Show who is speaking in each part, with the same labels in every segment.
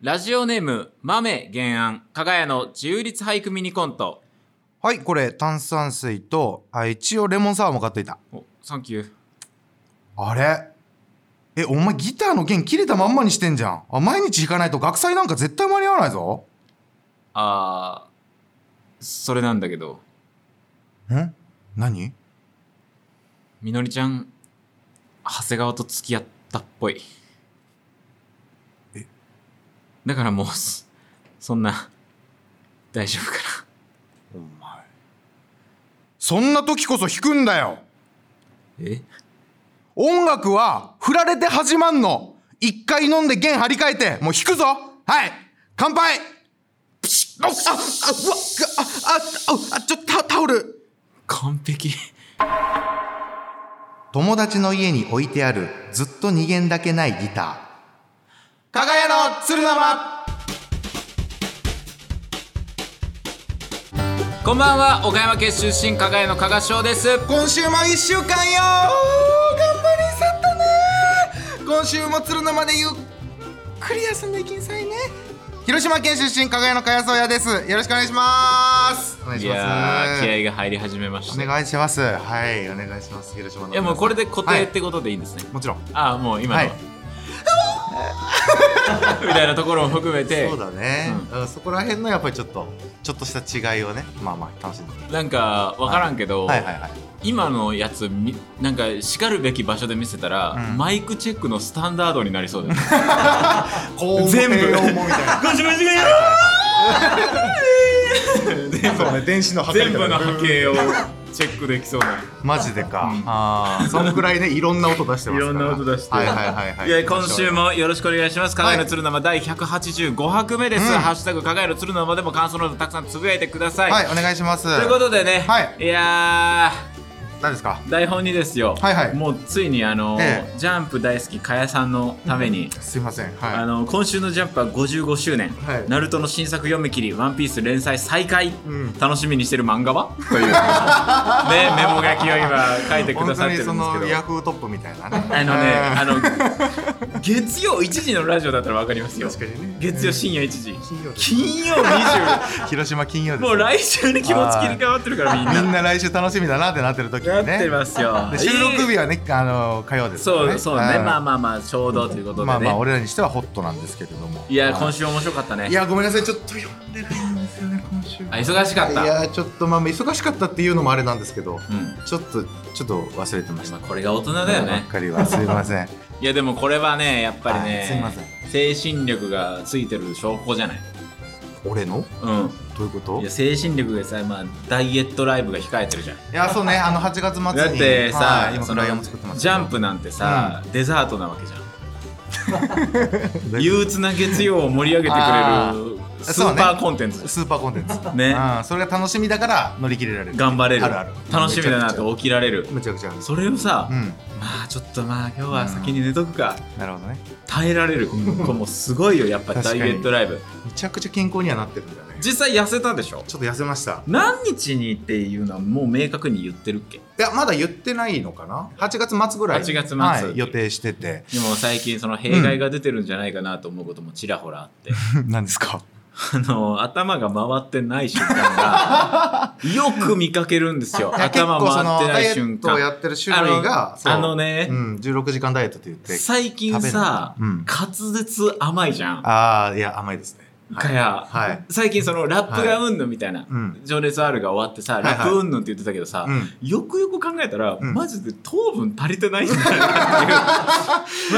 Speaker 1: ラジオネーム、豆原案、加賀屋の自立俳句ミニコント。
Speaker 2: はい、これ炭酸水と、あ、一応レモンサワーも買っといた。
Speaker 1: お、サンキュー。
Speaker 2: あれえ、お前ギターの弦切れたまんまにしてんじゃん。あ、毎日弾かないと学祭なんか絶対間に合わないぞ。
Speaker 1: あー、それなんだけど、
Speaker 2: ん何
Speaker 1: みのりちゃん、長谷川と付き合ったっぽい。
Speaker 2: え
Speaker 1: だからもう、そそんな、大丈夫かな。
Speaker 2: お前。そんな時こそ弾くんだよ
Speaker 1: え
Speaker 2: 音楽は振られて始まんの一回飲んで弦張り替えてもう弾くぞはい乾杯プシッああうわああああちょタタオル
Speaker 1: 完璧。
Speaker 2: 友達の家に置いてあるずっと2弦だけないギターかがやの鶴生
Speaker 1: こんばんは、岡山県出身、加賀屋の加賀翔です。
Speaker 2: 今週も1週間よ頑張りさったね今週も鶴生でゆっくり休んでいきんさいね広島県出身かがやのかやそうやですよろしくお願いしますお願い
Speaker 1: い
Speaker 2: します
Speaker 1: やー、気合が入り始めまし
Speaker 2: お
Speaker 1: た。い
Speaker 2: 願いします。はい、お願いします。広島の皆
Speaker 1: や、
Speaker 2: さん。
Speaker 1: もうこれで固定っ
Speaker 2: はい
Speaker 1: てことでいいんですね。
Speaker 2: もちろん。
Speaker 1: ああ、もう今の、
Speaker 2: はい。
Speaker 1: みたいなところも含めて
Speaker 2: そう、だね。うんそこら辺のやっぱりちょっとちょっとした違いをね、まあまあ楽しんで。
Speaker 1: なんか分からんけど、
Speaker 2: はいはいはい。
Speaker 1: 今のやつみなんかしかるべき場所で見せたら、
Speaker 2: うん
Speaker 1: マイクチェックのスタンダードになり そうだよね
Speaker 2: こう
Speaker 1: 全部
Speaker 2: 低音もみたいな。そうね、電子の波形
Speaker 1: 全
Speaker 2: みた
Speaker 1: 部
Speaker 2: いな
Speaker 1: の波形をチェックできそうな
Speaker 2: マジでか。ああ、そんくらいね、いろんな音出してますから。
Speaker 1: いろんな音出して
Speaker 2: はいはいはいはい。
Speaker 1: いや今週もよろしくお願いします。かがやの鶴生第185拍目です。
Speaker 2: うん
Speaker 1: ハッシュタグかがやの鶴生でも感想などたくさんつぶやいてください。
Speaker 2: はい、お願いします。
Speaker 1: ということでね、
Speaker 2: はい
Speaker 1: いや
Speaker 2: 何ですか。
Speaker 1: ー台本にですよ、
Speaker 2: はいはい
Speaker 1: もうついにあの、
Speaker 2: え
Speaker 1: ジャンプ大好きかやさんのために、
Speaker 2: すいません。
Speaker 1: あ
Speaker 2: は
Speaker 1: の今週のジャンプは55周年、
Speaker 2: はい
Speaker 1: ナルトの新作読み切り、ワンピース連載再開、
Speaker 2: ん
Speaker 1: 楽しみにしてる漫画はという ねメモ書きを今書いて
Speaker 2: い。
Speaker 1: く
Speaker 2: 本
Speaker 1: ださ
Speaker 2: 当
Speaker 1: って
Speaker 2: に
Speaker 1: るんですけ
Speaker 2: そ
Speaker 1: ど。
Speaker 2: のヤフートップみたいなね。
Speaker 1: あのね、あ
Speaker 2: の
Speaker 1: の月曜1時のラジオだったらわかりますよ。
Speaker 2: 確かにね
Speaker 1: 月曜深夜1時。
Speaker 2: 金
Speaker 1: 金曜
Speaker 2: 曜
Speaker 1: 20。
Speaker 2: 広島金 曜ですね。
Speaker 1: もう来週に気持ち切り替わってるからみんな。
Speaker 2: みんな来週楽しみだなってなってる時
Speaker 1: な
Speaker 2: に
Speaker 1: って
Speaker 2: ね。
Speaker 1: ますよ。
Speaker 2: で収録
Speaker 1: えー
Speaker 2: 日はね、あの火曜ですから
Speaker 1: そうそうね、
Speaker 2: はい
Speaker 1: まあまあまあちょうどということでね。
Speaker 2: まあまあ俺らにしてはホットなんですけれども。
Speaker 1: いや今
Speaker 2: 週
Speaker 1: 週面白かったね。
Speaker 2: いやごめんなさいちょっと読んでないんですよね今週。
Speaker 1: あ忙しかった。
Speaker 2: いやちょっとまあ忙しかったっていうのもあれなんですけど、
Speaker 1: うん。
Speaker 2: ちょっとちょっと忘れてました。
Speaker 1: まあこれが大人だよ
Speaker 2: ばっ
Speaker 1: ね。
Speaker 2: かりはすいま せん。
Speaker 1: いやでもこれはねやっぱり
Speaker 2: はいすいま
Speaker 1: ね、精神力がついてる証拠じゃない。
Speaker 2: 俺の
Speaker 1: うん。
Speaker 2: どういうこと？
Speaker 1: い
Speaker 2: い
Speaker 1: や
Speaker 2: や
Speaker 1: 精神力がさまあダイエットライブが控えてるじゃん。
Speaker 2: そうねあの8月末に
Speaker 1: だってさ
Speaker 2: はい、今
Speaker 1: そ
Speaker 2: フ
Speaker 1: の
Speaker 2: ライヤーも作ってますけ
Speaker 1: ジ
Speaker 2: ど。
Speaker 1: ャンプなんてさ、デザートなわけじゃん。
Speaker 2: だいぶ
Speaker 1: 憂鬱な月曜を盛り上げてく
Speaker 2: あ
Speaker 1: れるスーパーコンテンツです。
Speaker 2: スーパーコンテンツ。
Speaker 1: ね
Speaker 2: うんそれが楽しみだから乗り切れられる。
Speaker 1: 頑張れる
Speaker 2: あるある。
Speaker 1: 楽しみだなと起きられる。
Speaker 2: めちゃくちゃある。
Speaker 1: それをさ、
Speaker 2: うん。
Speaker 1: まあちょっとまあ今日は先に寝とくか、
Speaker 2: なるほどね。
Speaker 1: 耐えられる。これもうすごいよ、やっぱ
Speaker 2: 確
Speaker 1: ダ
Speaker 2: か
Speaker 1: イ
Speaker 2: に
Speaker 1: エットライブ。
Speaker 2: めちゃくちゃ健康にはなってるんだね。
Speaker 1: 実際痩せたでしょ
Speaker 2: ちょっと痩せました。
Speaker 1: 何日にっていうのはもう明確に言ってるっけ
Speaker 2: いや、まだ言ってないのかな ?8 月末ぐらいに。
Speaker 1: 8月末
Speaker 2: はい、予定してて。
Speaker 1: でも最近その弊害が出てるんじゃないかなと思うこともちらほらあって。
Speaker 2: 何ですか
Speaker 1: あの頭が回ってない瞬間 がよく見かけるんですよ頭回ってない瞬
Speaker 2: 結構そのダイエットをや
Speaker 1: 間
Speaker 2: ってる種類が、そう
Speaker 1: あのね
Speaker 2: うん、16時間ダイエットって言って。
Speaker 1: 最近さ、
Speaker 2: 食べないうん
Speaker 1: 滑舌甘いじゃん
Speaker 2: ああ、いや、甘いですね。
Speaker 1: かや、
Speaker 2: はい
Speaker 1: 最近そのラップがうんぬんみたいな「
Speaker 2: うん
Speaker 1: 情熱ある」が終わってさ、
Speaker 2: いはい
Speaker 1: ラップうんぬんって言ってたけどさ、
Speaker 2: うん。
Speaker 1: よくよく考えたら、
Speaker 2: うん
Speaker 1: マジで糖分足りてないんじゃ ないかってい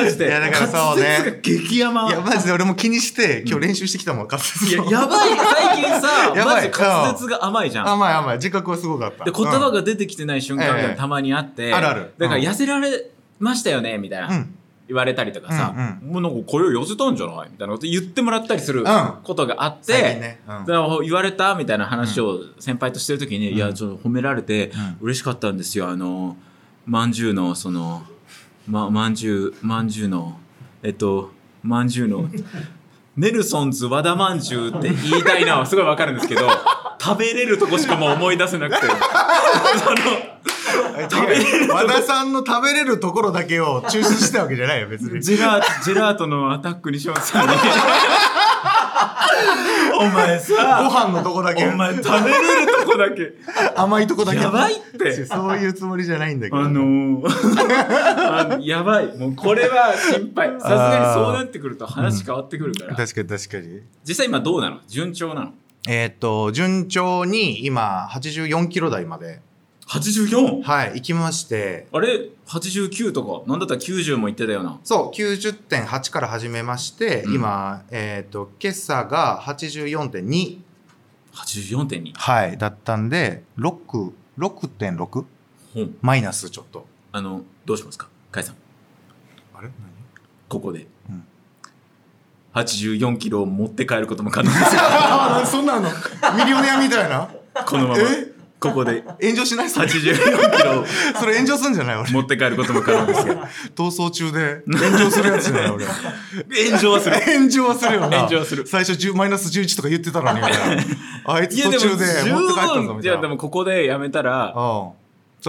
Speaker 1: うマジで
Speaker 2: いやだからそうね
Speaker 1: 滑舌が激甘
Speaker 2: いや、マジで俺も気にして、
Speaker 1: ん
Speaker 2: 今日練習してきたもん、滑舌
Speaker 1: いや
Speaker 2: の
Speaker 1: やばい最近さ
Speaker 2: や
Speaker 1: マ
Speaker 2: ば
Speaker 1: ジ
Speaker 2: い
Speaker 1: 滑舌が甘いじゃん
Speaker 2: 甘い甘い。自覚はすごかった。
Speaker 1: で言葉
Speaker 2: が、
Speaker 1: が出てきてない瞬間
Speaker 2: え
Speaker 1: が
Speaker 2: え
Speaker 1: たまにあって、
Speaker 2: あるある
Speaker 1: だから
Speaker 2: うん
Speaker 1: 痩せられましたよねみたいな、
Speaker 2: うん。
Speaker 1: 言われたりとかさ、
Speaker 2: う
Speaker 1: もうなんかこれを寄せたんじゃないみたいなこと言ってもらったりする
Speaker 2: ん
Speaker 1: ことがあって、
Speaker 2: 最近ね。う
Speaker 1: だ
Speaker 2: ん
Speaker 1: から言われたみたいな話を先輩としてる時に、
Speaker 2: うん
Speaker 1: いやちょっと褒められて
Speaker 2: うん
Speaker 1: 嬉しかったんですよあのまんじゅうのそのままんじゅうまんじゅうのえっとまんじゅう のネルソンズ和田まんじゅうって言いたいのはすごいわかるんですけど食べれるとこしかもう思い出せなく てその
Speaker 2: 食べれる和田さんの食べれるところ だけを抽出したわけじゃないよ別に
Speaker 1: ジェラジェラートのアタックにしますよねお前
Speaker 2: ご
Speaker 1: さ
Speaker 2: 飯のとこだけ
Speaker 1: お前食べれるとこだけ
Speaker 2: 甘いとこだけ
Speaker 1: やばいって
Speaker 2: そういうつもりじゃないんだけど、
Speaker 1: あのーあやばいもうこれは心配さすがにそうなってくると話変わってくるから、
Speaker 2: 確かに確かに
Speaker 1: 実際今どうなの順調なの
Speaker 2: えーっと順調に今84キロ台まで
Speaker 1: 84?
Speaker 2: はい行きまして
Speaker 1: あれ89とかなんだったら90も言ってたよな
Speaker 2: そう90.8から始めまして、
Speaker 1: うん
Speaker 2: 今えーっと今朝が84.2
Speaker 1: 84.2
Speaker 2: はいだったんで66.6
Speaker 1: 本
Speaker 2: マイナスちょっと
Speaker 1: あのどうしますか甲斐さん
Speaker 2: あれ
Speaker 1: ここで、
Speaker 2: うん
Speaker 1: 84キロを持って帰ることも可能です
Speaker 2: 何そんなのミリオネアみたいな
Speaker 1: このまま
Speaker 2: え
Speaker 1: ここで
Speaker 2: 炎上しないそれ
Speaker 1: 84キロを
Speaker 2: それ炎上すんじゃない俺
Speaker 1: 持って帰ることも可能ですよ
Speaker 2: 逃走中で炎上するやつじゃない俺
Speaker 1: 炎上はする
Speaker 2: 炎上はするよな
Speaker 1: 炎上はする
Speaker 2: 最初10マイナス11とか言ってたのに俺あい
Speaker 1: い
Speaker 2: つ
Speaker 1: や
Speaker 2: 途
Speaker 1: でも
Speaker 2: 中
Speaker 1: 十
Speaker 2: で持って帰ったぞ
Speaker 1: 分
Speaker 2: み
Speaker 1: い
Speaker 2: た
Speaker 1: やで
Speaker 2: いなうん
Speaker 1: もここでやめたら
Speaker 2: そ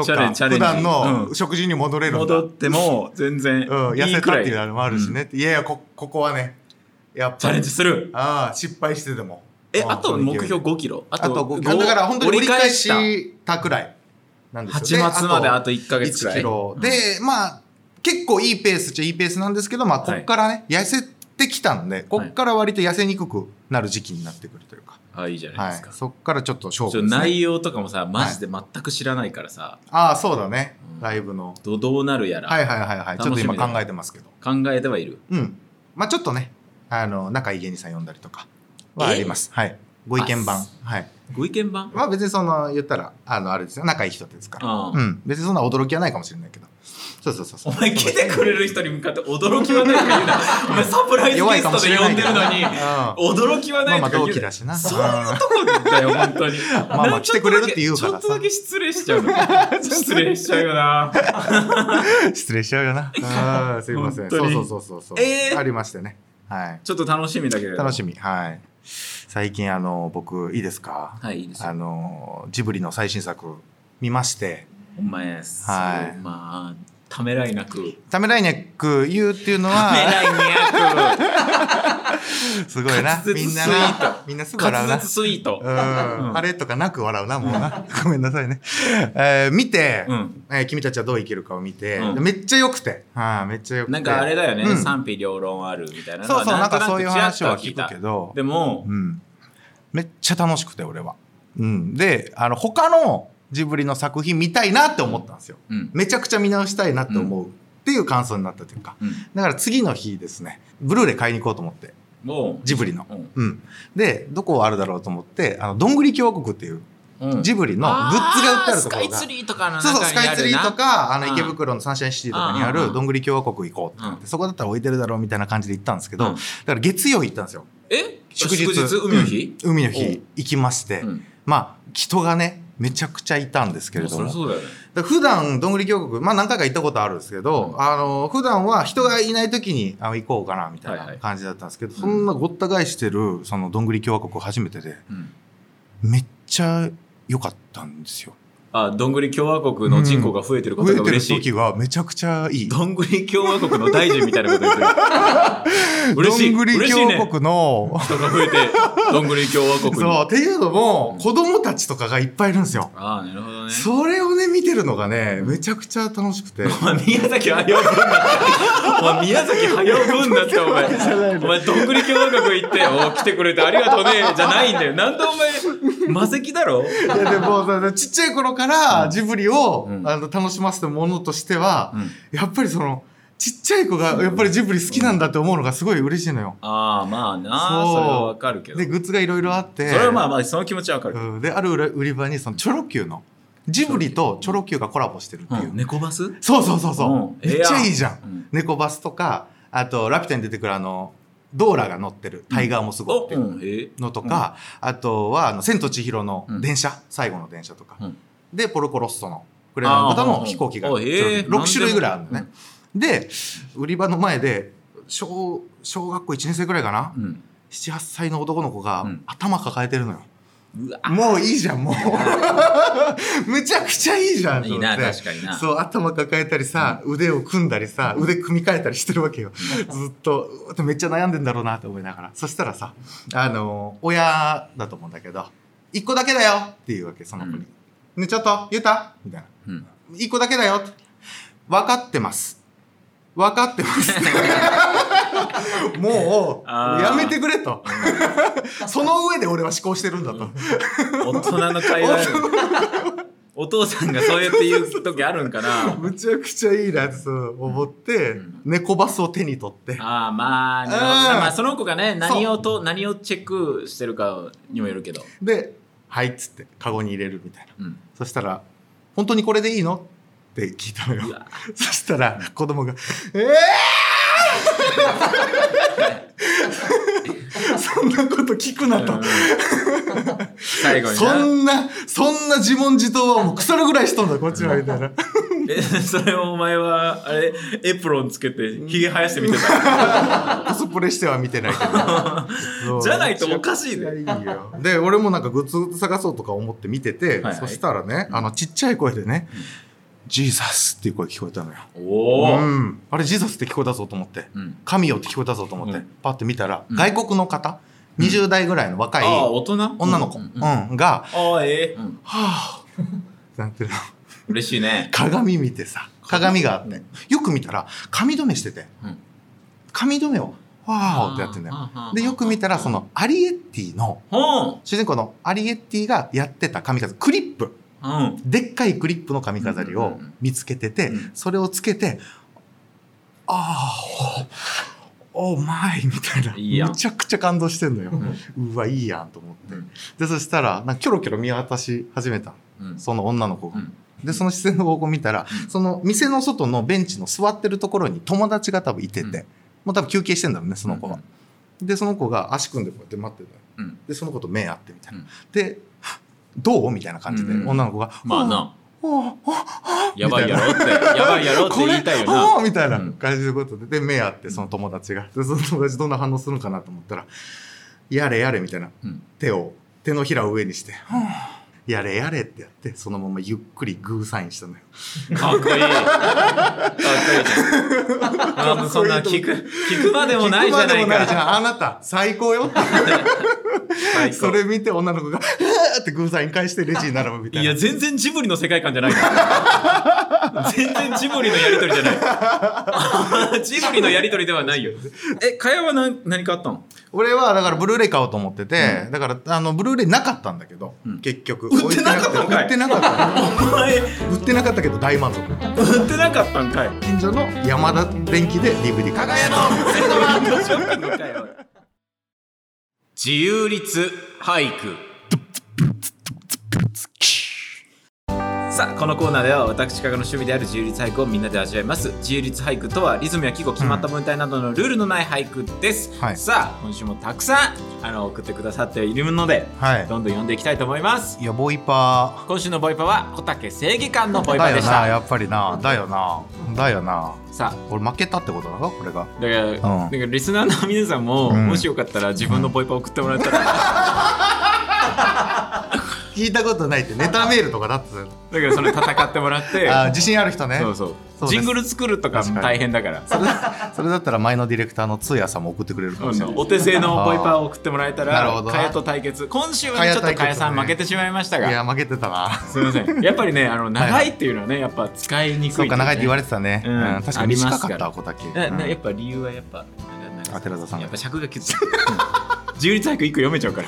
Speaker 2: っ
Speaker 1: チャレ
Speaker 2: か
Speaker 1: ンジチャレン
Speaker 2: 普
Speaker 1: ジ
Speaker 2: 段
Speaker 1: う
Speaker 2: の
Speaker 1: ん
Speaker 2: 食事に戻れるんだ、う
Speaker 1: 戻っ
Speaker 2: ん
Speaker 1: ても全然いいくらい
Speaker 2: 痩せたっていうのもあるしね、いやいやこここはねやっ
Speaker 1: チャ
Speaker 2: ぱ
Speaker 1: レ
Speaker 2: り
Speaker 1: ンジする
Speaker 2: ああ失敗してでも
Speaker 1: え
Speaker 2: うん
Speaker 1: あと目標5キロあ
Speaker 2: あと
Speaker 1: 5
Speaker 2: 5キロだから本当に折り返し
Speaker 1: 折り
Speaker 2: たくらいなんです
Speaker 1: 8
Speaker 2: よ
Speaker 1: 月まであ
Speaker 2: と
Speaker 1: と1ヶ月く
Speaker 2: 1
Speaker 1: らい
Speaker 2: キロで、まあ結構いいペースっちゃいいペースなんですけどまあこっからね、痩せてきたんでこっから割と痩せにくくなる時期になってくるというか、
Speaker 1: あいいじゃない
Speaker 2: は
Speaker 1: で
Speaker 2: い
Speaker 1: すか、
Speaker 2: そっからちょっと勝
Speaker 1: ち
Speaker 2: 負
Speaker 1: ょ
Speaker 2: です、ね、
Speaker 1: 内容とかもさマジで全く知らないからさ
Speaker 2: ああそうだね
Speaker 1: うん
Speaker 2: ライブの、
Speaker 1: どどうなるやら
Speaker 2: はいはいはいはいちょっと
Speaker 1: 楽し
Speaker 2: 今
Speaker 1: みだ
Speaker 2: 考えてますけど
Speaker 1: 考えてはいる
Speaker 2: うんまあちょっとねあの仲いい芸人さん呼んだりとかはありますはいご意見
Speaker 1: あ
Speaker 2: 番
Speaker 1: す
Speaker 2: はい
Speaker 1: ご意見番
Speaker 2: まあ別にその言ったらあのあれですよ仲いい人ですから
Speaker 1: ああ
Speaker 2: うん別にそんな驚きはないかもしれないけどそうそうそうそ
Speaker 1: お
Speaker 2: う
Speaker 1: 前来てくれる人に向かって驚きはないとか言うな。お前サプライズ
Speaker 2: 弱
Speaker 1: ゲ
Speaker 2: いかも
Speaker 1: スト
Speaker 2: し
Speaker 1: で
Speaker 2: れ
Speaker 1: 呼
Speaker 2: ない
Speaker 1: んで
Speaker 2: けど
Speaker 1: るのに、 驚きはない
Speaker 2: ま
Speaker 1: と
Speaker 2: あま
Speaker 1: か言うな。
Speaker 2: あ同期だしな
Speaker 1: そういうとこだよ、本当に。
Speaker 2: まあまあ来てくれるって言うからさ
Speaker 1: ちょっとだけ失礼しちゃう の。失礼しちゃうよな。
Speaker 2: 失礼しちゃうよな。あーすいませ
Speaker 1: 本
Speaker 2: ん。そ
Speaker 1: 当
Speaker 2: う
Speaker 1: に
Speaker 2: そうそうそうそう、
Speaker 1: えー
Speaker 2: ありましてね。はい。
Speaker 1: ちょっと楽しみだけど。
Speaker 2: 楽しみ。はい。最近あの僕いいですか。
Speaker 1: はい、いいです
Speaker 2: あ
Speaker 1: よ。
Speaker 2: のジブリの最新作見まして。
Speaker 1: お前、そうまあ、ためらいなく。
Speaker 2: ためらいにゃく言うっていうの
Speaker 1: ため
Speaker 2: は
Speaker 1: らい なく。
Speaker 2: すごい
Speaker 1: 滑
Speaker 2: な。
Speaker 1: 舌
Speaker 2: みんな
Speaker 1: スイ
Speaker 2: な
Speaker 1: ー
Speaker 2: みんなすぐ笑う
Speaker 1: 滑
Speaker 2: な。
Speaker 1: 舌スイート
Speaker 2: う。ん、
Speaker 1: うん
Speaker 2: あれとかなく笑うなもうなごめんなさいね、えー見て、
Speaker 1: うん。
Speaker 2: えー君たちはどう生きるかを見て、
Speaker 1: うん
Speaker 2: めっちゃ良くてはいめっちゃ良くて
Speaker 1: なんかあれだよ
Speaker 2: う
Speaker 1: ね、
Speaker 2: ん
Speaker 1: 賛否両論あるみたいなの
Speaker 2: そう
Speaker 1: は。
Speaker 2: そうなんかそういう話は
Speaker 1: は
Speaker 2: 聞くけど
Speaker 1: でも
Speaker 2: う、ん、めっちゃ楽しくて俺は。うん、であの他のジブリの作品見たいなって思ったんですよ。
Speaker 1: うん。
Speaker 2: めちゃくちゃ見直したいなって思うっていう感想になったというか
Speaker 1: うん
Speaker 2: だから次の日ですねブルーレイ買いに行こうと思って
Speaker 1: も
Speaker 2: ジブリの。
Speaker 1: う、うん
Speaker 2: うん、でどこあるだろうと思ってあのどんぐり共和国っていう
Speaker 1: うん
Speaker 2: ジブリのグッズが売ってある
Speaker 1: ース
Speaker 2: ところ
Speaker 1: カイ
Speaker 2: が
Speaker 1: ツ。リーとかの
Speaker 2: そうそうスカイツリーとかあの
Speaker 1: うん
Speaker 2: 池袋のサンシャインシティとかにあ
Speaker 1: うんうん
Speaker 2: る
Speaker 1: うん
Speaker 2: どんぐり共和国行こうってなってそこだったら置いてるだろうみたいな感じで行ったんですけど
Speaker 1: う
Speaker 2: だ
Speaker 1: ん
Speaker 2: から月曜行ったんですよ
Speaker 1: え
Speaker 2: 祝
Speaker 1: 祝
Speaker 2: 日
Speaker 1: 日海の日、
Speaker 2: 海の
Speaker 1: おう
Speaker 2: 日行きまして、
Speaker 1: うん
Speaker 2: まあ人がねめちゃくちゃいたんですけれど
Speaker 1: そり
Speaker 2: も
Speaker 1: ゃそうだよね
Speaker 2: だから普段どんぐり峡谷まあ何回か行ったことあるんですけ
Speaker 1: う
Speaker 2: ど、
Speaker 1: ん
Speaker 2: あの普段は人がいない時にあの行こうかなみたい
Speaker 1: はいは
Speaker 2: ない感じだったんですけど、
Speaker 1: うん
Speaker 2: そんなごった返してるそのどんぐり共和国初めてで
Speaker 1: うん
Speaker 2: めっちゃ良かったんですよ。
Speaker 1: あどんぐり共和国の人口が増えてることが
Speaker 2: てる
Speaker 1: 嬉しい、
Speaker 2: 時はめちゃくちゃいい。
Speaker 1: どんぐり共和国の大臣みたいなこと言 ってる 嬉しい
Speaker 2: どんぐり
Speaker 1: 嬉しいね
Speaker 2: 共和国の、
Speaker 1: 人が増えてどんぐり共和国に
Speaker 2: そうっていうのも
Speaker 1: うん
Speaker 2: 子供たちとかがいっぱいいるんですよ。
Speaker 1: ああなるほどね
Speaker 2: それをね見てるのがねめちゃくちゃ楽し くて。
Speaker 1: お前宮崎駿軍だってお前宮崎駿軍だってお前お前どんぐり共和国行ってお来てくれてありがとうねじゃないんだよなんでお前魔石だろ
Speaker 2: いやでもそのちっちゃい頃からジブリを、
Speaker 1: うん
Speaker 2: あの楽しませたものとしては、
Speaker 1: うん
Speaker 2: やっぱりそのちっちゃい子がやっぱりジブリ好きなんだって思うのがすごい嬉しいのよ。
Speaker 1: ああまあな
Speaker 2: そう
Speaker 1: それはわかるけど
Speaker 2: でグッズがいろいろあって
Speaker 1: それはまあまあその気持ちはわかる、
Speaker 2: うんである売り売り場にそのチョロ Q のジブリとチョロ Q がコラボしてるっていう、
Speaker 1: 猫バス
Speaker 2: そうそうそうそう、
Speaker 1: うん
Speaker 2: めっちゃいいじゃん、
Speaker 1: うん
Speaker 2: 猫バスとかあとラピュタに出てくるあのドーラが乗ってるタイガーもすごいっ
Speaker 1: お
Speaker 2: ていううん
Speaker 1: え
Speaker 2: のとか、あとはあの「千と千尋」の電車、最後の電車とか、
Speaker 1: うん
Speaker 2: でポルコロッソのクレナの方
Speaker 1: あー
Speaker 2: の
Speaker 1: うん
Speaker 2: 飛行機が
Speaker 1: あへー
Speaker 2: 6種類ぐらいあるの
Speaker 1: なん
Speaker 2: ね、で売り場の前で小小学校1年生ぐらいかな、
Speaker 1: うん
Speaker 2: 78歳の男の子が
Speaker 1: うん
Speaker 2: 頭抱えてるのよ、
Speaker 1: うわ
Speaker 2: もういいじゃん、もう。 むちゃくちゃいいじゃんと思って。
Speaker 1: いいな確かにな
Speaker 2: そう、頭抱えたりさ、腕を組んだりさ、腕組み替えたりしてるわけよ。 ずっと、うわめっちゃ悩んでんだろうなって思いながら。そしたらさ、あの、親だと思うんだけど、一個だけだよっていうわけ、その子に。ね、ちょっと、言うたみたいな。
Speaker 1: うん
Speaker 2: 一個だけだよって。分かってます。分かっ てます。もう、
Speaker 1: あー
Speaker 2: やめてくれと。 その上で俺は思考してるんだと。
Speaker 1: 大人の会 話やなお父さんがそうやって言う時あるんかな
Speaker 2: むちゃくちゃいいなと思って、
Speaker 1: ん
Speaker 2: 猫バスを手に取って。
Speaker 1: ああまあなるほど
Speaker 2: うん
Speaker 1: なまあその子がね何をと何をチェックしてるかにもよるけど
Speaker 2: で、はいっつって、カゴに入れるみたいな。
Speaker 1: うん
Speaker 2: そしたら、本当にこれでいいのって聞いたの
Speaker 1: う
Speaker 2: よ
Speaker 1: わ。
Speaker 2: そしたら、子供が、え ーそんなこと聞くなと。
Speaker 1: うん最後に
Speaker 2: そ
Speaker 1: なん
Speaker 2: な、そんな自問自答はもう腐るぐらいしとんだ、こっちは、みたいな。
Speaker 1: えそれをお前はあれエプロンつけてひげ生やしてみてた
Speaker 2: コスプレしては見てないけ ど
Speaker 1: じゃないとおかしいで
Speaker 2: でで俺もなんかグッズ探そうとか思って見てて、
Speaker 1: はいはい
Speaker 2: そしたらね、あのちっちゃい声でね「ジーザス」っていう声聞こえたのよ、
Speaker 1: おお、
Speaker 2: うん、あれジーザスって聞こえたぞと思って
Speaker 1: うん
Speaker 2: 「神よ」って聞こえたぞと思って、
Speaker 1: うん
Speaker 2: パッて見たら、
Speaker 1: うん
Speaker 2: 外国の方20代ぐらいの若い
Speaker 1: ああ大人
Speaker 2: 女の子、
Speaker 1: うんうん
Speaker 2: うんが
Speaker 1: ああええうん
Speaker 2: 「はあ」 なんていうの
Speaker 1: 嬉しいね
Speaker 2: 鏡見てさ鏡があってよく見たら髪留めしてて
Speaker 1: うん
Speaker 2: 髪留めを「わー」ってやってんだよで、よく見たら、その、アリエッティの、
Speaker 1: ほ
Speaker 2: 主人公のアリエッティがやってた髪飾り、クリップ、
Speaker 1: うんうん
Speaker 2: でっかいクリップの髪飾り
Speaker 1: うん
Speaker 2: を
Speaker 1: うんうん
Speaker 2: 見つけてて
Speaker 1: うん、
Speaker 2: それをつけて、ああ、お、お前みたいな。
Speaker 1: いいやん
Speaker 2: むちゃくちゃ感動してんのよ。うわ、いいやんと思って。で、そしたら、なんかキョロキョロ見渡し始めたの。
Speaker 1: うん
Speaker 2: その女の子
Speaker 1: う
Speaker 2: が。
Speaker 1: ん
Speaker 2: で、その視線の方向見たら、その店の外のベンチの座ってるところに友達が多分いて
Speaker 1: うん
Speaker 2: て、もう多分休憩してんだろうね、その子は。でその子が足組んでこうやって待ってるのよ
Speaker 1: うん
Speaker 2: でその子と目合ってみたいな、
Speaker 1: うん
Speaker 2: で「どう?」みたいな感じで、
Speaker 1: うんうん
Speaker 2: 女の子が「
Speaker 1: まあな
Speaker 2: ああ
Speaker 1: やばいやろってやばいやろって
Speaker 2: こ
Speaker 1: 言
Speaker 2: れ
Speaker 1: いたいよ
Speaker 2: あ
Speaker 1: な
Speaker 2: あみたいな
Speaker 1: うん
Speaker 2: 感じのことでで目合ってその友達がでその友達どんな反応するのかなと思ったら「やれやれ」みたいな
Speaker 1: うん
Speaker 2: 手を手のひらを上にして「やれやれ」ってやってそのままゆっくりグーサインしたのよ
Speaker 1: かっこいいかっこいいじゃんあもうそんな聞く聞くまでもないじゃな
Speaker 2: 聞
Speaker 1: い
Speaker 2: くまでもないじゃ
Speaker 1: か
Speaker 2: んあなた最 高よって
Speaker 1: 最高
Speaker 2: それ見て女の子が「うわーってグーサイン返してレジに並ぶみたいない
Speaker 1: や全然ジブリの世界観じゃないな全然ジブリのやりとりじゃ ないジブリのやりとりではないよえかやは何何かあったの
Speaker 2: 俺はだからブルーレイ買おうと思ってて、だからあのブルーレイなかったんだけど、
Speaker 1: うん
Speaker 2: 結局
Speaker 1: 売ってなかったのかい
Speaker 2: 売ってなかったの
Speaker 1: お前
Speaker 2: 売ってなかったけど大満足
Speaker 1: 売ってなかったんかい
Speaker 2: 近所の山田電機で DVD 輝の
Speaker 1: 自由律俳句さあこのコーナーでは私からの趣味である自由律俳句をみんなで味わいます自由律俳句とはリズムや季語決まった文体などのルールのない俳句です、
Speaker 2: はい
Speaker 1: さあ今週もたくさんあの送ってくださっているので
Speaker 2: はい
Speaker 1: どんどん読んでいきたいと思います
Speaker 2: いやボイパ
Speaker 1: 今週のボイパは小竹正義感のボ
Speaker 2: ー
Speaker 1: イパ
Speaker 2: だ
Speaker 1: で
Speaker 2: よ
Speaker 1: し
Speaker 2: な
Speaker 1: た
Speaker 2: やっぱりなだよなだよな
Speaker 1: さあ
Speaker 2: 俺負けたってことなのこれが
Speaker 1: だから、だからリスナーの皆さんも、
Speaker 2: うん
Speaker 1: もしよかったら自分のボイパ送ってもらったら、だか
Speaker 2: 聞いたことないってネタメールとかだって
Speaker 1: らそれ戦ってもらって
Speaker 2: あー自信ある人ね
Speaker 1: そうそう
Speaker 2: そうで
Speaker 1: ジ
Speaker 2: す
Speaker 1: ングル作るとかも大変だから
Speaker 2: それ それだったら前のディレクターの通夜さんも送ってくれるか
Speaker 1: う
Speaker 2: もしれなんい
Speaker 1: お手製のボイパーを送ってもらえた
Speaker 2: なる
Speaker 1: ら
Speaker 2: ほどな
Speaker 1: かやと対決今週はねちょっとかやさん負けてしまいました
Speaker 2: いや
Speaker 1: が
Speaker 2: 負けてたな
Speaker 1: すみませんやっぱりねあの
Speaker 2: はい
Speaker 1: 長いっていうのはねやっぱ使いに
Speaker 2: そ
Speaker 1: く
Speaker 2: う
Speaker 1: い
Speaker 2: か長いって言わ
Speaker 1: れ
Speaker 2: れてたね、
Speaker 1: うん
Speaker 2: うん確
Speaker 1: あ
Speaker 2: か
Speaker 1: り
Speaker 2: に
Speaker 1: ます
Speaker 2: 短かったわ小竹、うん
Speaker 1: やっぱ理由はやっぱなんか
Speaker 2: あ寺田さん
Speaker 1: やっぱ尺がきつい 自由律俳句一個読めちゃうから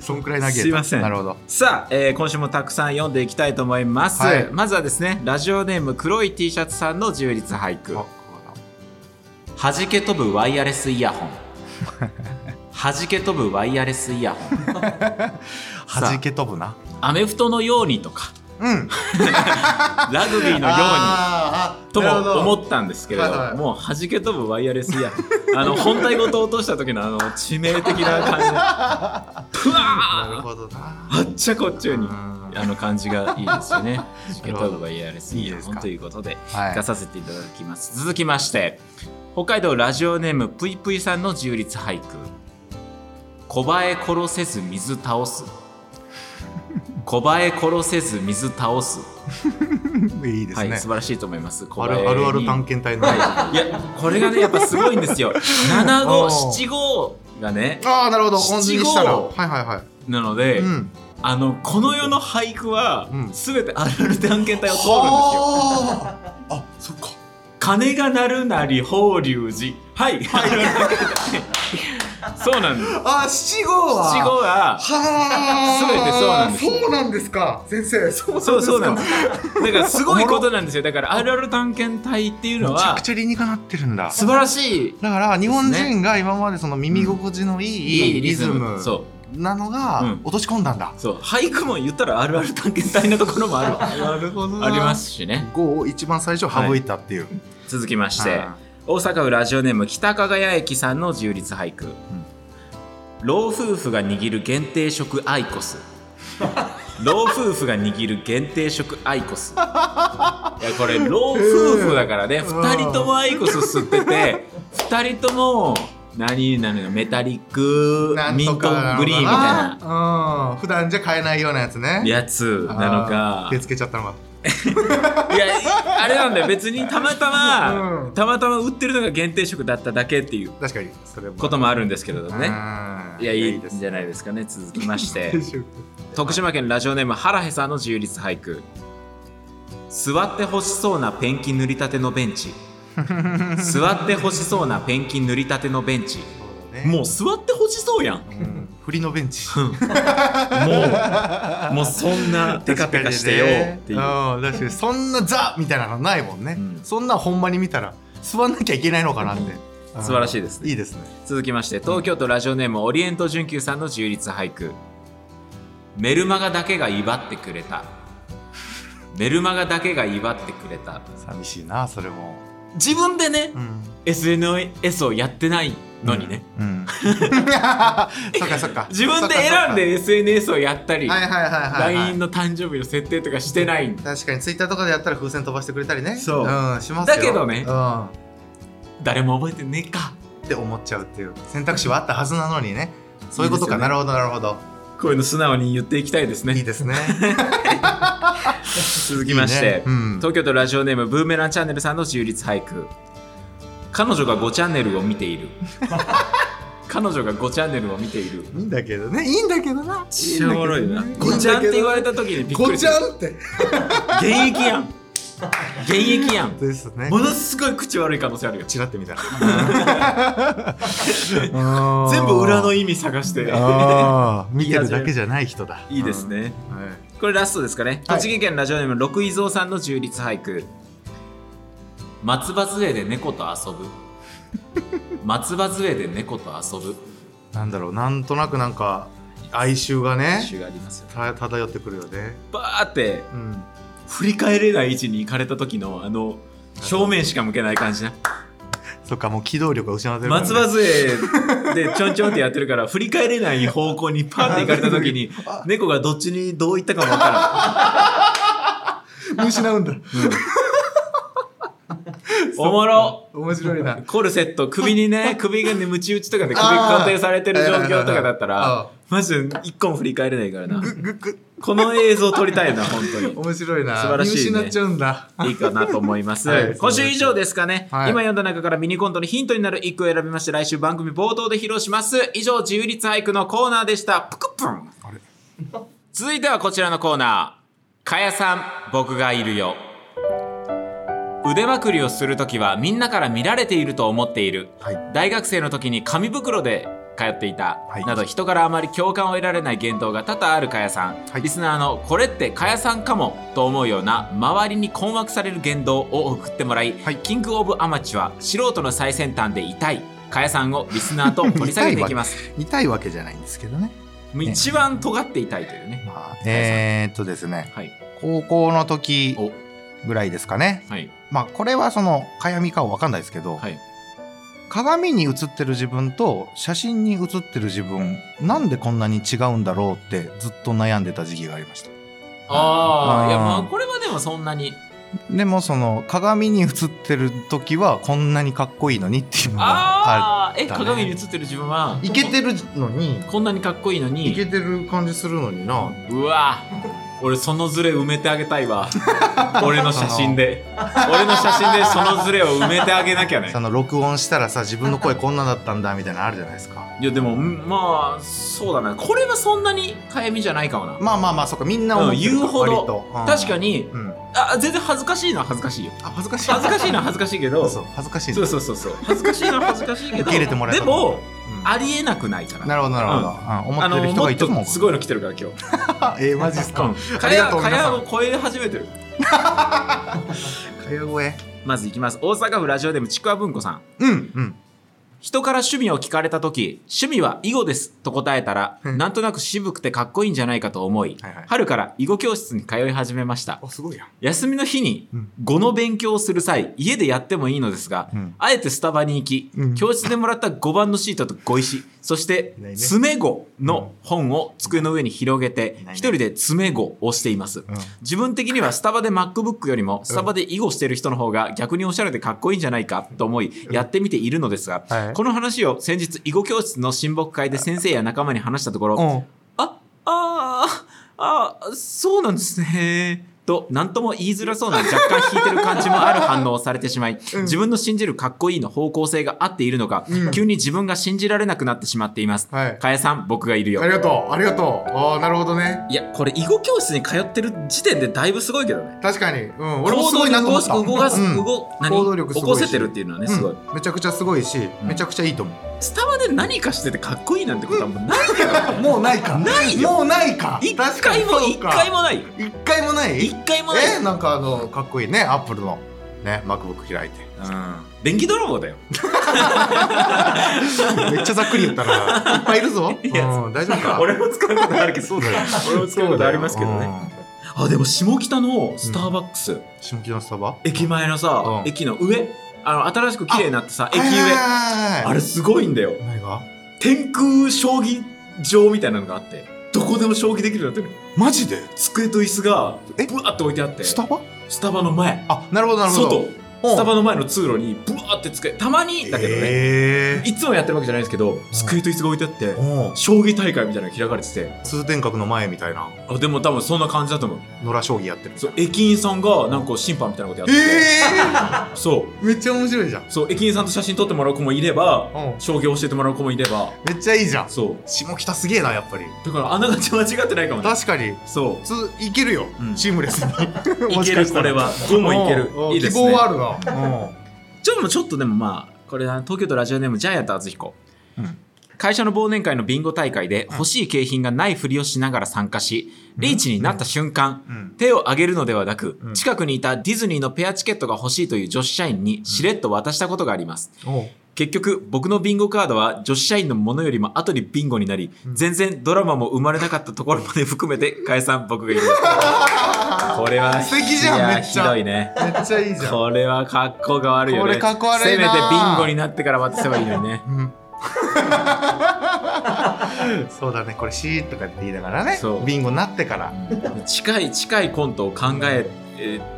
Speaker 2: そんくらい投げた
Speaker 1: すいません
Speaker 2: なるほど
Speaker 1: さあ、えー今週もたくさん読んでいきたいと思います、
Speaker 2: はい
Speaker 1: まずはですねラジオネーム黒い T シャツさんの自由律俳句
Speaker 2: あこ
Speaker 1: 弾け飛ぶワイヤレスイヤホン弾け飛ぶワイヤレスイヤホン
Speaker 2: うだ弾け飛ぶな
Speaker 1: アメフトのようにとか
Speaker 2: うん
Speaker 1: ラグビーのように
Speaker 2: あーあ
Speaker 1: と
Speaker 2: なるほど
Speaker 1: も思ったんですけれど、
Speaker 2: はいはい
Speaker 1: もう弾け飛ぶワイヤレスイヤホンあの本体ごと落とした時のあの致命的な感じでふ
Speaker 2: なる
Speaker 1: わー
Speaker 2: ほどな
Speaker 1: あっちゃこっちゃに
Speaker 2: うん
Speaker 1: あの感じがいいですよ ね弾け
Speaker 2: るほど
Speaker 1: 飛ぶワイヤレスイヤホ
Speaker 2: いいです
Speaker 1: ン
Speaker 2: か
Speaker 1: ということで
Speaker 2: はい
Speaker 1: 出させていただきます、続きまして北海道ラジオネームぷいぷいさんの自由律俳句小映え殺せず水倒 す小映え殺せず水倒す
Speaker 2: いいです
Speaker 1: はい、
Speaker 2: ね
Speaker 1: 素晴らしいと思います。小
Speaker 2: あ
Speaker 1: 映えに
Speaker 2: るあるある探検隊のあ
Speaker 1: いや、これがね、やっぱすごいん ですよ。七
Speaker 2: あ
Speaker 1: 五、
Speaker 2: ー
Speaker 1: 七五がね、
Speaker 2: あなるほど本当にしたら
Speaker 1: 七
Speaker 2: は
Speaker 1: 五
Speaker 2: いはいは
Speaker 1: なので、
Speaker 2: いうん
Speaker 1: あの、この世の俳句は
Speaker 2: う、ん
Speaker 1: すべてあるある探検隊を通るんですよ。
Speaker 2: はああそっか
Speaker 1: 鐘が鳴るなり法隆寺。はい。そうなんです。
Speaker 2: あ七号は
Speaker 1: 七五が、
Speaker 2: はあ
Speaker 1: 全てそうなんですよ
Speaker 2: そうなんですか先生そうなんですか
Speaker 1: そうそうなんです。だからすごいことなんですよ。だからあるある探検隊っていうの
Speaker 2: めちゃ
Speaker 1: は
Speaker 2: く、ちゃ理にかなってるんだ
Speaker 1: 素晴らしい。
Speaker 2: だから日本人が今までその耳心地のいいリズム
Speaker 1: そう。
Speaker 2: なのが
Speaker 1: うん
Speaker 2: 落とし込んだんだ、
Speaker 1: そう。俳句も言ったらあるある探検隊のところもある。
Speaker 2: なるほど
Speaker 1: ありますしね。
Speaker 2: 5を一番最初省いたっていう、
Speaker 1: 続きまして、
Speaker 2: は
Speaker 1: 大阪府ラジオネーム北加賀谷駅さんの自由律俳句、老夫婦が握る限定食アイコス 老夫婦が握る限定食アイコ スいやこれ老夫婦だからね、
Speaker 2: ん
Speaker 1: 2人ともアイコス吸ってて2人と も何なのよメタリック
Speaker 2: なん
Speaker 1: ミント
Speaker 2: と
Speaker 1: グ
Speaker 2: かなのか
Speaker 1: リーンみたいな
Speaker 2: なうん普段じゃ買えないようなやつね
Speaker 1: やつなの
Speaker 2: あ
Speaker 1: か
Speaker 2: ー手つけちゃったのが
Speaker 1: いやあれなんだよ別にたまたま、
Speaker 2: うん
Speaker 1: たまたま売ってるのが限定食だっただけっていう
Speaker 2: 確かにそれも
Speaker 1: こともあるんですけれどね。
Speaker 2: ね
Speaker 1: いや、いいんじゃないですかね。続きまして、徳
Speaker 2: 殊
Speaker 1: 島県ラジオネーム、原へさんの自由律俳句。座ってほしそうなペンキ塗りたてのベンチ。座ってほしそうなペンキ塗りたてのベンチ。もう座ってほしそうやん。も
Speaker 2: うん振りのベンチ
Speaker 1: う、もうそん なテカテカしてよっていう。
Speaker 2: うん確かにそんなザみたいなのないもんね、
Speaker 1: うん
Speaker 2: そんなほんまに見たら座んなきゃいけないのかなって、
Speaker 1: ん素晴らしいですね
Speaker 2: いいですね
Speaker 1: 続きまして、東京都ラジオネーム、オリエント純久さんの自由律俳句。メルマガだけが威張ってくれた。メルマガだけが威張ってくれた。
Speaker 2: 寂しいなそれも、
Speaker 1: 自分でね、
Speaker 2: うん
Speaker 1: SNS をやってないのにね、
Speaker 2: う んそっかそっか
Speaker 1: 自分で選んで SNS をやったり、
Speaker 2: はいはいはいはい、はい、
Speaker 1: LINE の誕生日の設定とかしてないんだ
Speaker 2: 確かにツイッターとかでやったら風船飛ばしてくれたりね、
Speaker 1: そうん
Speaker 2: しますよ
Speaker 1: だけどね
Speaker 2: うん、っ
Speaker 1: 誰も覚えてねえか
Speaker 2: て思っちゃうっていう選択肢はあったはずなのにねそういうことか
Speaker 1: いいですよね
Speaker 2: なるほどなるほど
Speaker 1: こういうの素直に言っていきたいです
Speaker 2: い
Speaker 1: ね
Speaker 2: いですね
Speaker 1: 続きまして
Speaker 2: いいねうん
Speaker 1: 東京都ラジオネームブーメランチャンネルさんの自由律俳句彼女が5チャンネルを見て いる彼女が5チャンネルを見ている
Speaker 2: いいんだけどねいいんだけどな
Speaker 1: しょうがないな5ちゃんって言われた時にびっく
Speaker 2: ご
Speaker 1: りし
Speaker 2: ちゃ
Speaker 1: た
Speaker 2: んって
Speaker 1: 現役やん現役や ん
Speaker 2: ですね
Speaker 1: ものすごい口悪い可能性あるよ
Speaker 2: ちらってみたら
Speaker 1: 全部裏の
Speaker 2: い
Speaker 1: 意味探して
Speaker 2: あー見てるだけじゃない人だ
Speaker 1: いいです、ね
Speaker 2: うんはい
Speaker 1: これラストですかね
Speaker 2: はい
Speaker 1: 栃木県ラジオネーム六井蔵さんの充実俳句「松葉杖で猫と遊 ぶ」「松葉杖で猫と遊ぶ
Speaker 2: なんだろうなんとなくなんか哀愁が」ね
Speaker 1: 詩がありますよ
Speaker 2: た漂ってくるよね
Speaker 1: バーって
Speaker 2: うん
Speaker 1: 振り返れない位置に行かれた時のあの正面しか向けない感じな
Speaker 2: そっかもう機動力が失われてるからね
Speaker 1: 松葉杖でちょんちょんってやってるから振り返れない方向にパーって行かれた時 に猫がどっちにどう行ったかも分からん
Speaker 2: 見失うんだ
Speaker 1: おもろ
Speaker 2: 面白いな
Speaker 1: コルセット首に ね首がねムチ打ちとかで首固定されてる状況とかだった
Speaker 2: あ
Speaker 1: ら
Speaker 2: あ
Speaker 1: マジで一個も振り返れないからな
Speaker 2: ぐぐぐ
Speaker 1: この映像撮り たいな本
Speaker 2: 面白いな
Speaker 1: 素晴らしいね
Speaker 2: 見失っちゃうんだ
Speaker 1: 当にいいかなと思います、
Speaker 2: はい
Speaker 1: 今週以上ですかね、
Speaker 2: はい
Speaker 1: 今読んだ中からミニコントのヒントになる一句を選びまして来週番組冒頭で披露します以上自由律俳句のコーナーでしたぷくぷん
Speaker 2: あれ
Speaker 1: 続いてはこちらのコーナー。かやさん、僕がいるよ。腕まくりをするときはみんなから見られていると思っている。
Speaker 2: はい
Speaker 1: 大学生の時に紙袋で通っていた、
Speaker 2: はい
Speaker 1: など人からあまり共感を得られない言動が多々あるかやさん、
Speaker 2: はい
Speaker 1: リスナーのこれってかやさんかもと思うような周りに困惑される言動を送ってもらい、
Speaker 2: はい
Speaker 1: キングオブアマチュア素人の最先端で痛いかやさんをリスナーと 掘り下げていきます
Speaker 2: 痛いわけじゃないんですけどね
Speaker 1: もう一番尖って痛いというね
Speaker 2: まあえー、っとですね
Speaker 1: はい
Speaker 2: 高校の時
Speaker 1: お
Speaker 2: ぐらいですかね
Speaker 1: はい
Speaker 2: まあこれはそのかやみかは分かんないですけど、
Speaker 1: はい
Speaker 2: 鏡に映ってる自分と写真に写ってる自分なんでこんなに違うんだろうってずっと悩んでた時期がありました
Speaker 1: あ
Speaker 2: あ
Speaker 1: あ
Speaker 2: ー
Speaker 1: いやまあこれはでもそんなに
Speaker 2: でもその鏡に映ってる時はこんなにかっこいいのにっていうのがあ
Speaker 1: あえ鏡に映ってる自分は
Speaker 2: イケてるのに
Speaker 1: こんなにかっこいいの
Speaker 2: イケ
Speaker 1: に
Speaker 2: てる感じするのにな
Speaker 1: うわ俺そのズレ埋めてあげたい わ俺の写真で俺の写真でそのズレを埋めてあげなきゃね
Speaker 2: その録音したらさ自分の声こんなだったんだみたいなのあるじゃないですか
Speaker 1: いやでもんまあそうだなこれはそんなにかゆみじゃないかもな、
Speaker 2: まあまあまあそっかみんな思
Speaker 1: う
Speaker 2: っ
Speaker 1: ん、
Speaker 2: てる
Speaker 1: 言うほ
Speaker 2: 割
Speaker 1: ど
Speaker 2: と
Speaker 1: 確か
Speaker 2: に
Speaker 1: に
Speaker 2: うん
Speaker 1: あ全然恥ずかしいのは恥ずかしい よ
Speaker 2: あ恥ずかしい
Speaker 1: 恥ずかしいのは恥ずかしいけど
Speaker 2: そう恥ずかしい
Speaker 1: そう
Speaker 2: の
Speaker 1: そうそうそう恥ずかしいのは恥ずかしいけど
Speaker 2: 受け入れてもらえ
Speaker 1: で
Speaker 2: たの
Speaker 1: も
Speaker 2: うん
Speaker 1: ありえなくないから
Speaker 2: なるほどなるほどうん思
Speaker 1: あ
Speaker 2: ってる
Speaker 1: の
Speaker 2: 人
Speaker 1: も
Speaker 2: が
Speaker 1: っ
Speaker 2: いても
Speaker 1: とすごいの来てるから今日
Speaker 2: あ えーマジっすか
Speaker 1: か
Speaker 2: ありが
Speaker 1: や
Speaker 2: とう
Speaker 1: か
Speaker 2: 皆さ
Speaker 1: や
Speaker 2: ん
Speaker 1: を超え始めてる
Speaker 2: かや声
Speaker 1: まずいきます大阪府ラジオでもちくわ文庫さん
Speaker 2: うんうん
Speaker 1: 人から趣味を聞かれた時趣味は囲碁ですと答えたら
Speaker 2: うん
Speaker 1: なんとなく渋くてかっこいいんじゃないかと思い、
Speaker 2: はいはい
Speaker 1: 春から囲碁教室に通い始めました
Speaker 2: あすごいやん
Speaker 1: 休みの日に
Speaker 2: うん
Speaker 1: 碁の勉強をする際家でやってもいいのですが、
Speaker 2: うん
Speaker 1: あえてスタバに行き、
Speaker 2: うん
Speaker 1: 教室でもらった碁盤のシートと碁石そして
Speaker 2: いないね
Speaker 1: 詰め碁の本を机の上に広げて
Speaker 2: いないね
Speaker 1: 一人で詰め碁をしています、
Speaker 2: うん
Speaker 1: 自分的にはスタバで MacBook よりもスタバで囲碁してる人の方が逆におしゃれでかっこいいんじゃないかと思いやってみているのですが、
Speaker 2: はい
Speaker 1: この話を先日囲碁教室の親睦会で先生や仲間に話したところ、
Speaker 2: うん
Speaker 1: あ、あーあー、そうなんですね。と、何とも言いづらそうな若干引いてる感じもある反応をされてしま い、自分の信じるかっこいいの方向性が合っているのか、
Speaker 2: うん
Speaker 1: 急に自分が信じられなくなってしまっています。
Speaker 2: はい
Speaker 1: かやさん、僕がいるよ
Speaker 2: あ。りがとうありがとうああなるほどね
Speaker 1: いや、これ囲碁教室に通ってる時点でだいぶすごいけどね。
Speaker 2: 確かにうん俺もすごいなと思った
Speaker 1: 行動力動かす、
Speaker 2: うん
Speaker 1: 動、何
Speaker 2: 行動力す
Speaker 1: 起
Speaker 2: ごい
Speaker 1: こ
Speaker 2: し
Speaker 1: せてるっていうのはね、すごい。
Speaker 2: うんめちゃくちゃすごいしめちゃくちゃいいと思う
Speaker 1: スタバで何かしててかっこいいなんてことはもうないけど、
Speaker 2: もうないか
Speaker 1: ないよ
Speaker 2: もうないか
Speaker 1: 一回も、一回
Speaker 2: も
Speaker 1: もない。
Speaker 2: 一回もない
Speaker 1: 一回もない。
Speaker 2: えなんかあのかっこいいねアップルのね MacBook 開いて
Speaker 1: うん電気泥棒だよ。
Speaker 2: めっちゃざっくり言ったらいっぱいいるぞ
Speaker 1: いや
Speaker 2: うん大丈夫か
Speaker 1: 俺も使うことあるけど
Speaker 2: そうだよ
Speaker 1: 俺も使うことありますけどね
Speaker 2: うん
Speaker 1: あでも下北のスターバックス、
Speaker 2: 下北のスタバ
Speaker 1: 駅前のさ、
Speaker 2: うん
Speaker 1: 駅の上あの新しく綺麗になってさ駅上、あ
Speaker 2: あ
Speaker 1: れすごいんだよ
Speaker 2: 何が
Speaker 1: 天空将棋場みたいなのがあってどこでも将棋できるようになってる
Speaker 2: マジで
Speaker 1: 机と椅子が
Speaker 2: え
Speaker 1: ブワーって置いてあって
Speaker 2: スタバ
Speaker 1: スタバの前
Speaker 2: あなるほどなるほど
Speaker 1: 外
Speaker 2: うん
Speaker 1: スタバの前の通路にブワーって机たまにだけどね、
Speaker 2: え
Speaker 1: いつもやってるわけじゃないんですけど机と椅子が置いてあって
Speaker 2: ーうん
Speaker 1: 将棋大会みたいなのが開かれてて
Speaker 2: 通天閣の前みたいな
Speaker 1: あでも多分そんな感じだと思う
Speaker 2: 野良将棋やってるみた
Speaker 1: そ
Speaker 2: いう
Speaker 1: 駅員さんがなんか審判みたいなことやってて、
Speaker 2: な
Speaker 1: そう
Speaker 2: えーめっちゃ面白いじゃん
Speaker 1: そう駅員さんと写真撮ってもらう子もいれば、
Speaker 2: うん
Speaker 1: 将棋教えてもらう子もいれば
Speaker 2: めっちゃいいじゃん
Speaker 1: そう
Speaker 2: 下北すげえなやっぱり
Speaker 1: だからあながち間違ってないかもね
Speaker 2: 確かに
Speaker 1: そ
Speaker 2: ついけるよ、
Speaker 1: うん
Speaker 2: シームレスに
Speaker 1: う い
Speaker 2: も
Speaker 1: け
Speaker 2: しか
Speaker 1: る
Speaker 2: し
Speaker 1: こ
Speaker 2: たら
Speaker 1: れは5もいける
Speaker 2: うんうん
Speaker 1: いいです
Speaker 2: 希
Speaker 1: ね
Speaker 2: 望はあるな、
Speaker 1: ちょっとちょっとでもまあこれな東京都ラジオネームジャイアント厚彦
Speaker 2: うん
Speaker 1: 会社の忘年会のビンゴ大会で欲しい景品がないふりをしながら参加し、リーチになった瞬間、
Speaker 2: うん、
Speaker 1: 手を挙げるのではなく、
Speaker 2: うん
Speaker 1: 近くにいたディズニーのペアチケットが欲しいという女子社員にしれっと渡したことがあります。
Speaker 2: おう
Speaker 1: 結局僕のビンゴカードは女子社員のものよりも後にビンゴになり、
Speaker 2: うん
Speaker 1: 全然ドラマも生まれなかったところまで含 めて解散僕が言うこれは
Speaker 2: 素敵じゃん
Speaker 1: いや
Speaker 2: めっちゃ
Speaker 1: ひどいね
Speaker 2: めっちゃいいじゃん、
Speaker 1: これは格好が悪いよね
Speaker 2: これ格好悪いな
Speaker 1: せめてビンゴになってから渡せばいいのにね
Speaker 2: うん、 そうだねこれシーとかって言いながらね
Speaker 1: そう
Speaker 2: ビンゴになってから
Speaker 1: うん近い近いコントを考え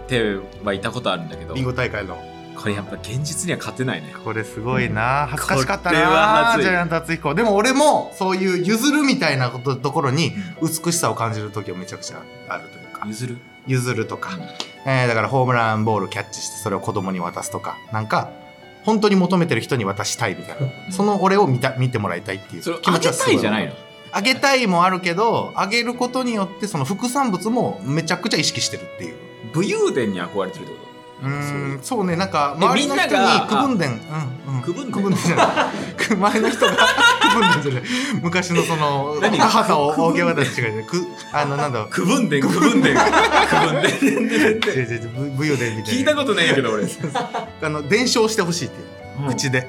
Speaker 1: てはいたことあるんだけど
Speaker 2: ビンゴ大会の
Speaker 1: これやっぱ現実には勝てないね
Speaker 2: これすごいな恥ずかしかった
Speaker 1: これは
Speaker 2: な
Speaker 1: 恥
Speaker 2: ジ
Speaker 1: ずい
Speaker 2: ャイアント厚彦でも俺もそういう譲るみたいなことところに美しさを感じる時はめちゃくちゃあるというか
Speaker 1: 譲る
Speaker 2: 譲るとか、えーだからホームランボールキャッチしてそれを子供に渡すとかなんか本当に求めてる人に渡したいみたいなその俺を見た見てもらいたいっていう
Speaker 1: それを
Speaker 2: 気
Speaker 1: あ
Speaker 2: 持ち
Speaker 1: げ
Speaker 2: はす
Speaker 1: た
Speaker 2: ご
Speaker 1: いじゃない
Speaker 2: い
Speaker 1: の
Speaker 2: あげたいもあるけどあげることによってその副産物もめちゃくちゃ意識してるっていう
Speaker 1: 武勇伝に憧れてるってこ
Speaker 2: うーんそうねなんか
Speaker 1: え
Speaker 2: 周りの人
Speaker 1: みんなが
Speaker 2: に区分伝うんうん
Speaker 1: 区分伝
Speaker 2: 区分伝じゃないく周りの人が 区分伝じゃない昔のその
Speaker 1: 何
Speaker 2: 母さを大げ渡し違う違うくあのなんだろ
Speaker 1: と区分伝区分伝区分伝
Speaker 2: う違う違うぶ武勇伝みたいな
Speaker 1: 聞いたことないけど 俺、
Speaker 2: あの伝承してほしいっていう口で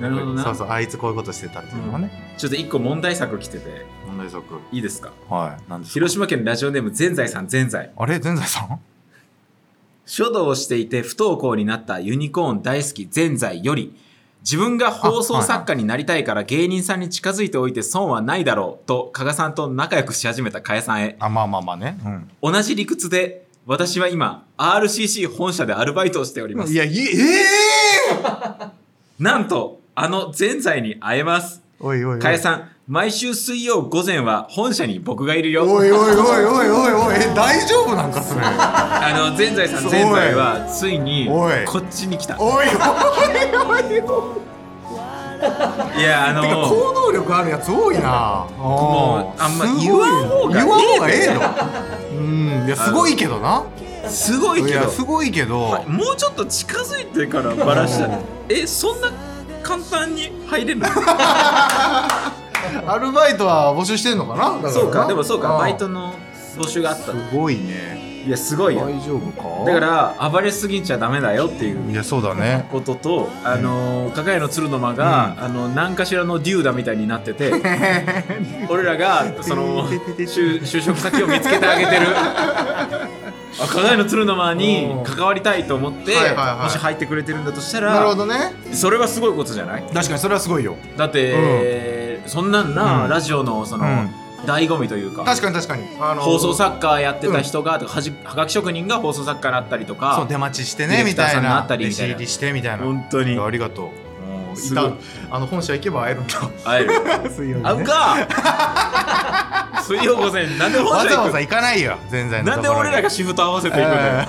Speaker 1: なるほどな
Speaker 2: そうそうあいつこういうことしてたっていうのがね
Speaker 1: ちょっと一個問題作来てて
Speaker 2: 問題作
Speaker 1: いいですか
Speaker 2: はい何ですか
Speaker 1: 広島県ラジオネームぜんざいさんぜんざい
Speaker 2: あれ全財さん
Speaker 1: 書道をしていて不登校になったユニコーン大好きぜんざいより自分が放送作家になりたいから芸人さんに近づいておいて損はないだろうと加賀さんと仲良くし始めた加谷さんへ
Speaker 2: あまあまあまあねうん
Speaker 1: 同じ理屈で私は今 RCC 本社でアルバイトをしております
Speaker 2: いやいええ
Speaker 1: なんとあのぜんざいに会えます
Speaker 2: おいおいおい
Speaker 1: かやさん毎週水曜午前は本社に僕がいるよ
Speaker 2: おいおいおいおいおいおいえ大丈夫なん かそれ
Speaker 1: あのぜんざいさん
Speaker 2: すごい
Speaker 1: ぜんざいはついに
Speaker 2: おい
Speaker 1: こっちに来た
Speaker 2: おいおいおいおい
Speaker 1: いやあの
Speaker 2: てか行動力あるやつ多いな
Speaker 1: もうあんます
Speaker 2: ごい
Speaker 1: 言わん方が
Speaker 2: 言わん方が
Speaker 1: え
Speaker 2: え
Speaker 1: え
Speaker 2: え
Speaker 1: の
Speaker 2: のうんいやすごいけどな
Speaker 1: すごい
Speaker 2: い
Speaker 1: けど
Speaker 2: やすごいけど
Speaker 1: もうちょっと近づいてからバラしたらえそんな簡単に入 れるの
Speaker 2: アルバイトは募集してんのかなだからな
Speaker 1: そうかでもそうか
Speaker 2: ん
Speaker 1: バイトの募集があった
Speaker 2: すごいね
Speaker 1: いやすごいよ
Speaker 2: 大丈夫か
Speaker 1: だから暴れすぎちゃダメだよっていう
Speaker 2: いやそうだね
Speaker 1: ことと、あのー、かかやの鶴の間が、あの何かしらのデューダみたいになって て俺らがその就就職先を見つけてあげ てるあかがやの鶴の間に関わりたいと思って、
Speaker 2: はいはいはい
Speaker 1: もし入ってくれてるんだとした
Speaker 2: なるほ
Speaker 1: ら
Speaker 2: どね
Speaker 1: それはすごいことじゃない
Speaker 2: 確かにそれはすごいよ
Speaker 1: だって、そんなんな、
Speaker 2: うん
Speaker 1: ラジオのその、
Speaker 2: うん
Speaker 1: 醍醐味というか
Speaker 2: 確かに確かにあの
Speaker 1: 放送作家やってた人が、とかはじはがき職人が放送作家になったりとか
Speaker 2: そう出待ちして
Speaker 1: ディ
Speaker 2: ね
Speaker 1: レ
Speaker 2: み
Speaker 1: クター
Speaker 2: た
Speaker 1: さん
Speaker 2: い
Speaker 1: にな
Speaker 2: な
Speaker 1: ったりみ
Speaker 2: 弟子
Speaker 1: たいな
Speaker 2: 入りしてみたいな
Speaker 1: 本当に
Speaker 2: ありがとう
Speaker 1: もう
Speaker 2: い
Speaker 1: すごい
Speaker 2: たあの本社行けば会えるんだ
Speaker 1: 会える
Speaker 2: 水曜日ね
Speaker 1: 会うか 水曜午前なんで本
Speaker 2: わ
Speaker 1: 社
Speaker 2: ざ
Speaker 1: 行
Speaker 2: わ
Speaker 1: く
Speaker 2: ざ行かないよ全然
Speaker 1: なんで俺らがシフト合わせていくんだよ、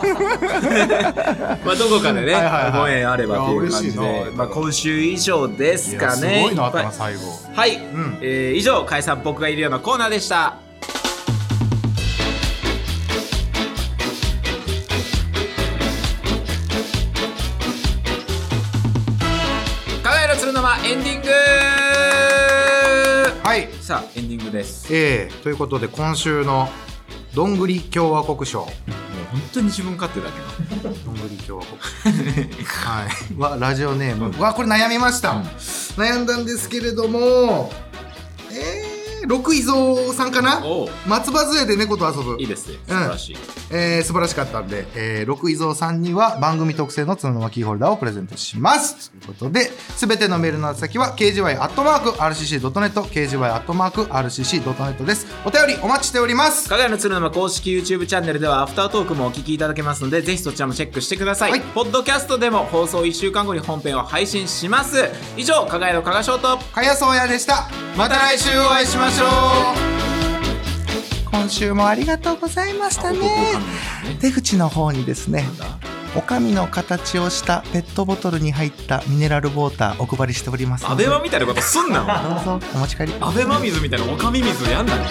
Speaker 1: まあどこかでね
Speaker 2: はいはいはい
Speaker 1: ご縁あればという感じ
Speaker 2: いや嬉し
Speaker 1: で
Speaker 2: い、な
Speaker 1: まあ、今週以上ですかね
Speaker 2: すごいない
Speaker 1: っぱい
Speaker 2: 頭最後
Speaker 1: はい、
Speaker 2: ん
Speaker 1: えー以上解散僕がいるようなコーナーでした輝の鶴の間エンディング
Speaker 2: はい
Speaker 1: さあエンディングです
Speaker 2: えー、ということで今週のどんぐり共和国賞
Speaker 1: 本当に自分勝手だけど
Speaker 2: どんぐり共和国 はいはラジオネーム、わこれ悩みました、悩んだんですけれどもえー、六位蔵さんかな
Speaker 1: おう
Speaker 2: 松葉杖で猫と遊ぶ
Speaker 1: いいですね素晴らしい、
Speaker 2: えー素晴らしかったんで、えー、六井蔵さんには番組特製の角のキーホルダーをプレゼントしますということで全てのメールの宛先は kgy.rcc.net kgy.rcc.net ですお便りお待ちしております
Speaker 1: かがやの鶴沼公式 YouTube チャンネルではアフタートークもお聞きいただけますのでぜひそちらもチェックしてください、
Speaker 2: はい
Speaker 1: ポッドキャストでも放送1週間後に本編を配信します以上かがやの加賀翔と
Speaker 2: かやそうやでしたまた来週お会いしましょう今週もありがとうございましたね手口の方にですねおかみの形をしたペットボトルに入ったミネラルウォーターお配りしております
Speaker 1: アベマみたいなことすんな
Speaker 2: どうぞお持ち帰り
Speaker 1: アベマ水みたいなおかみ水やんなよ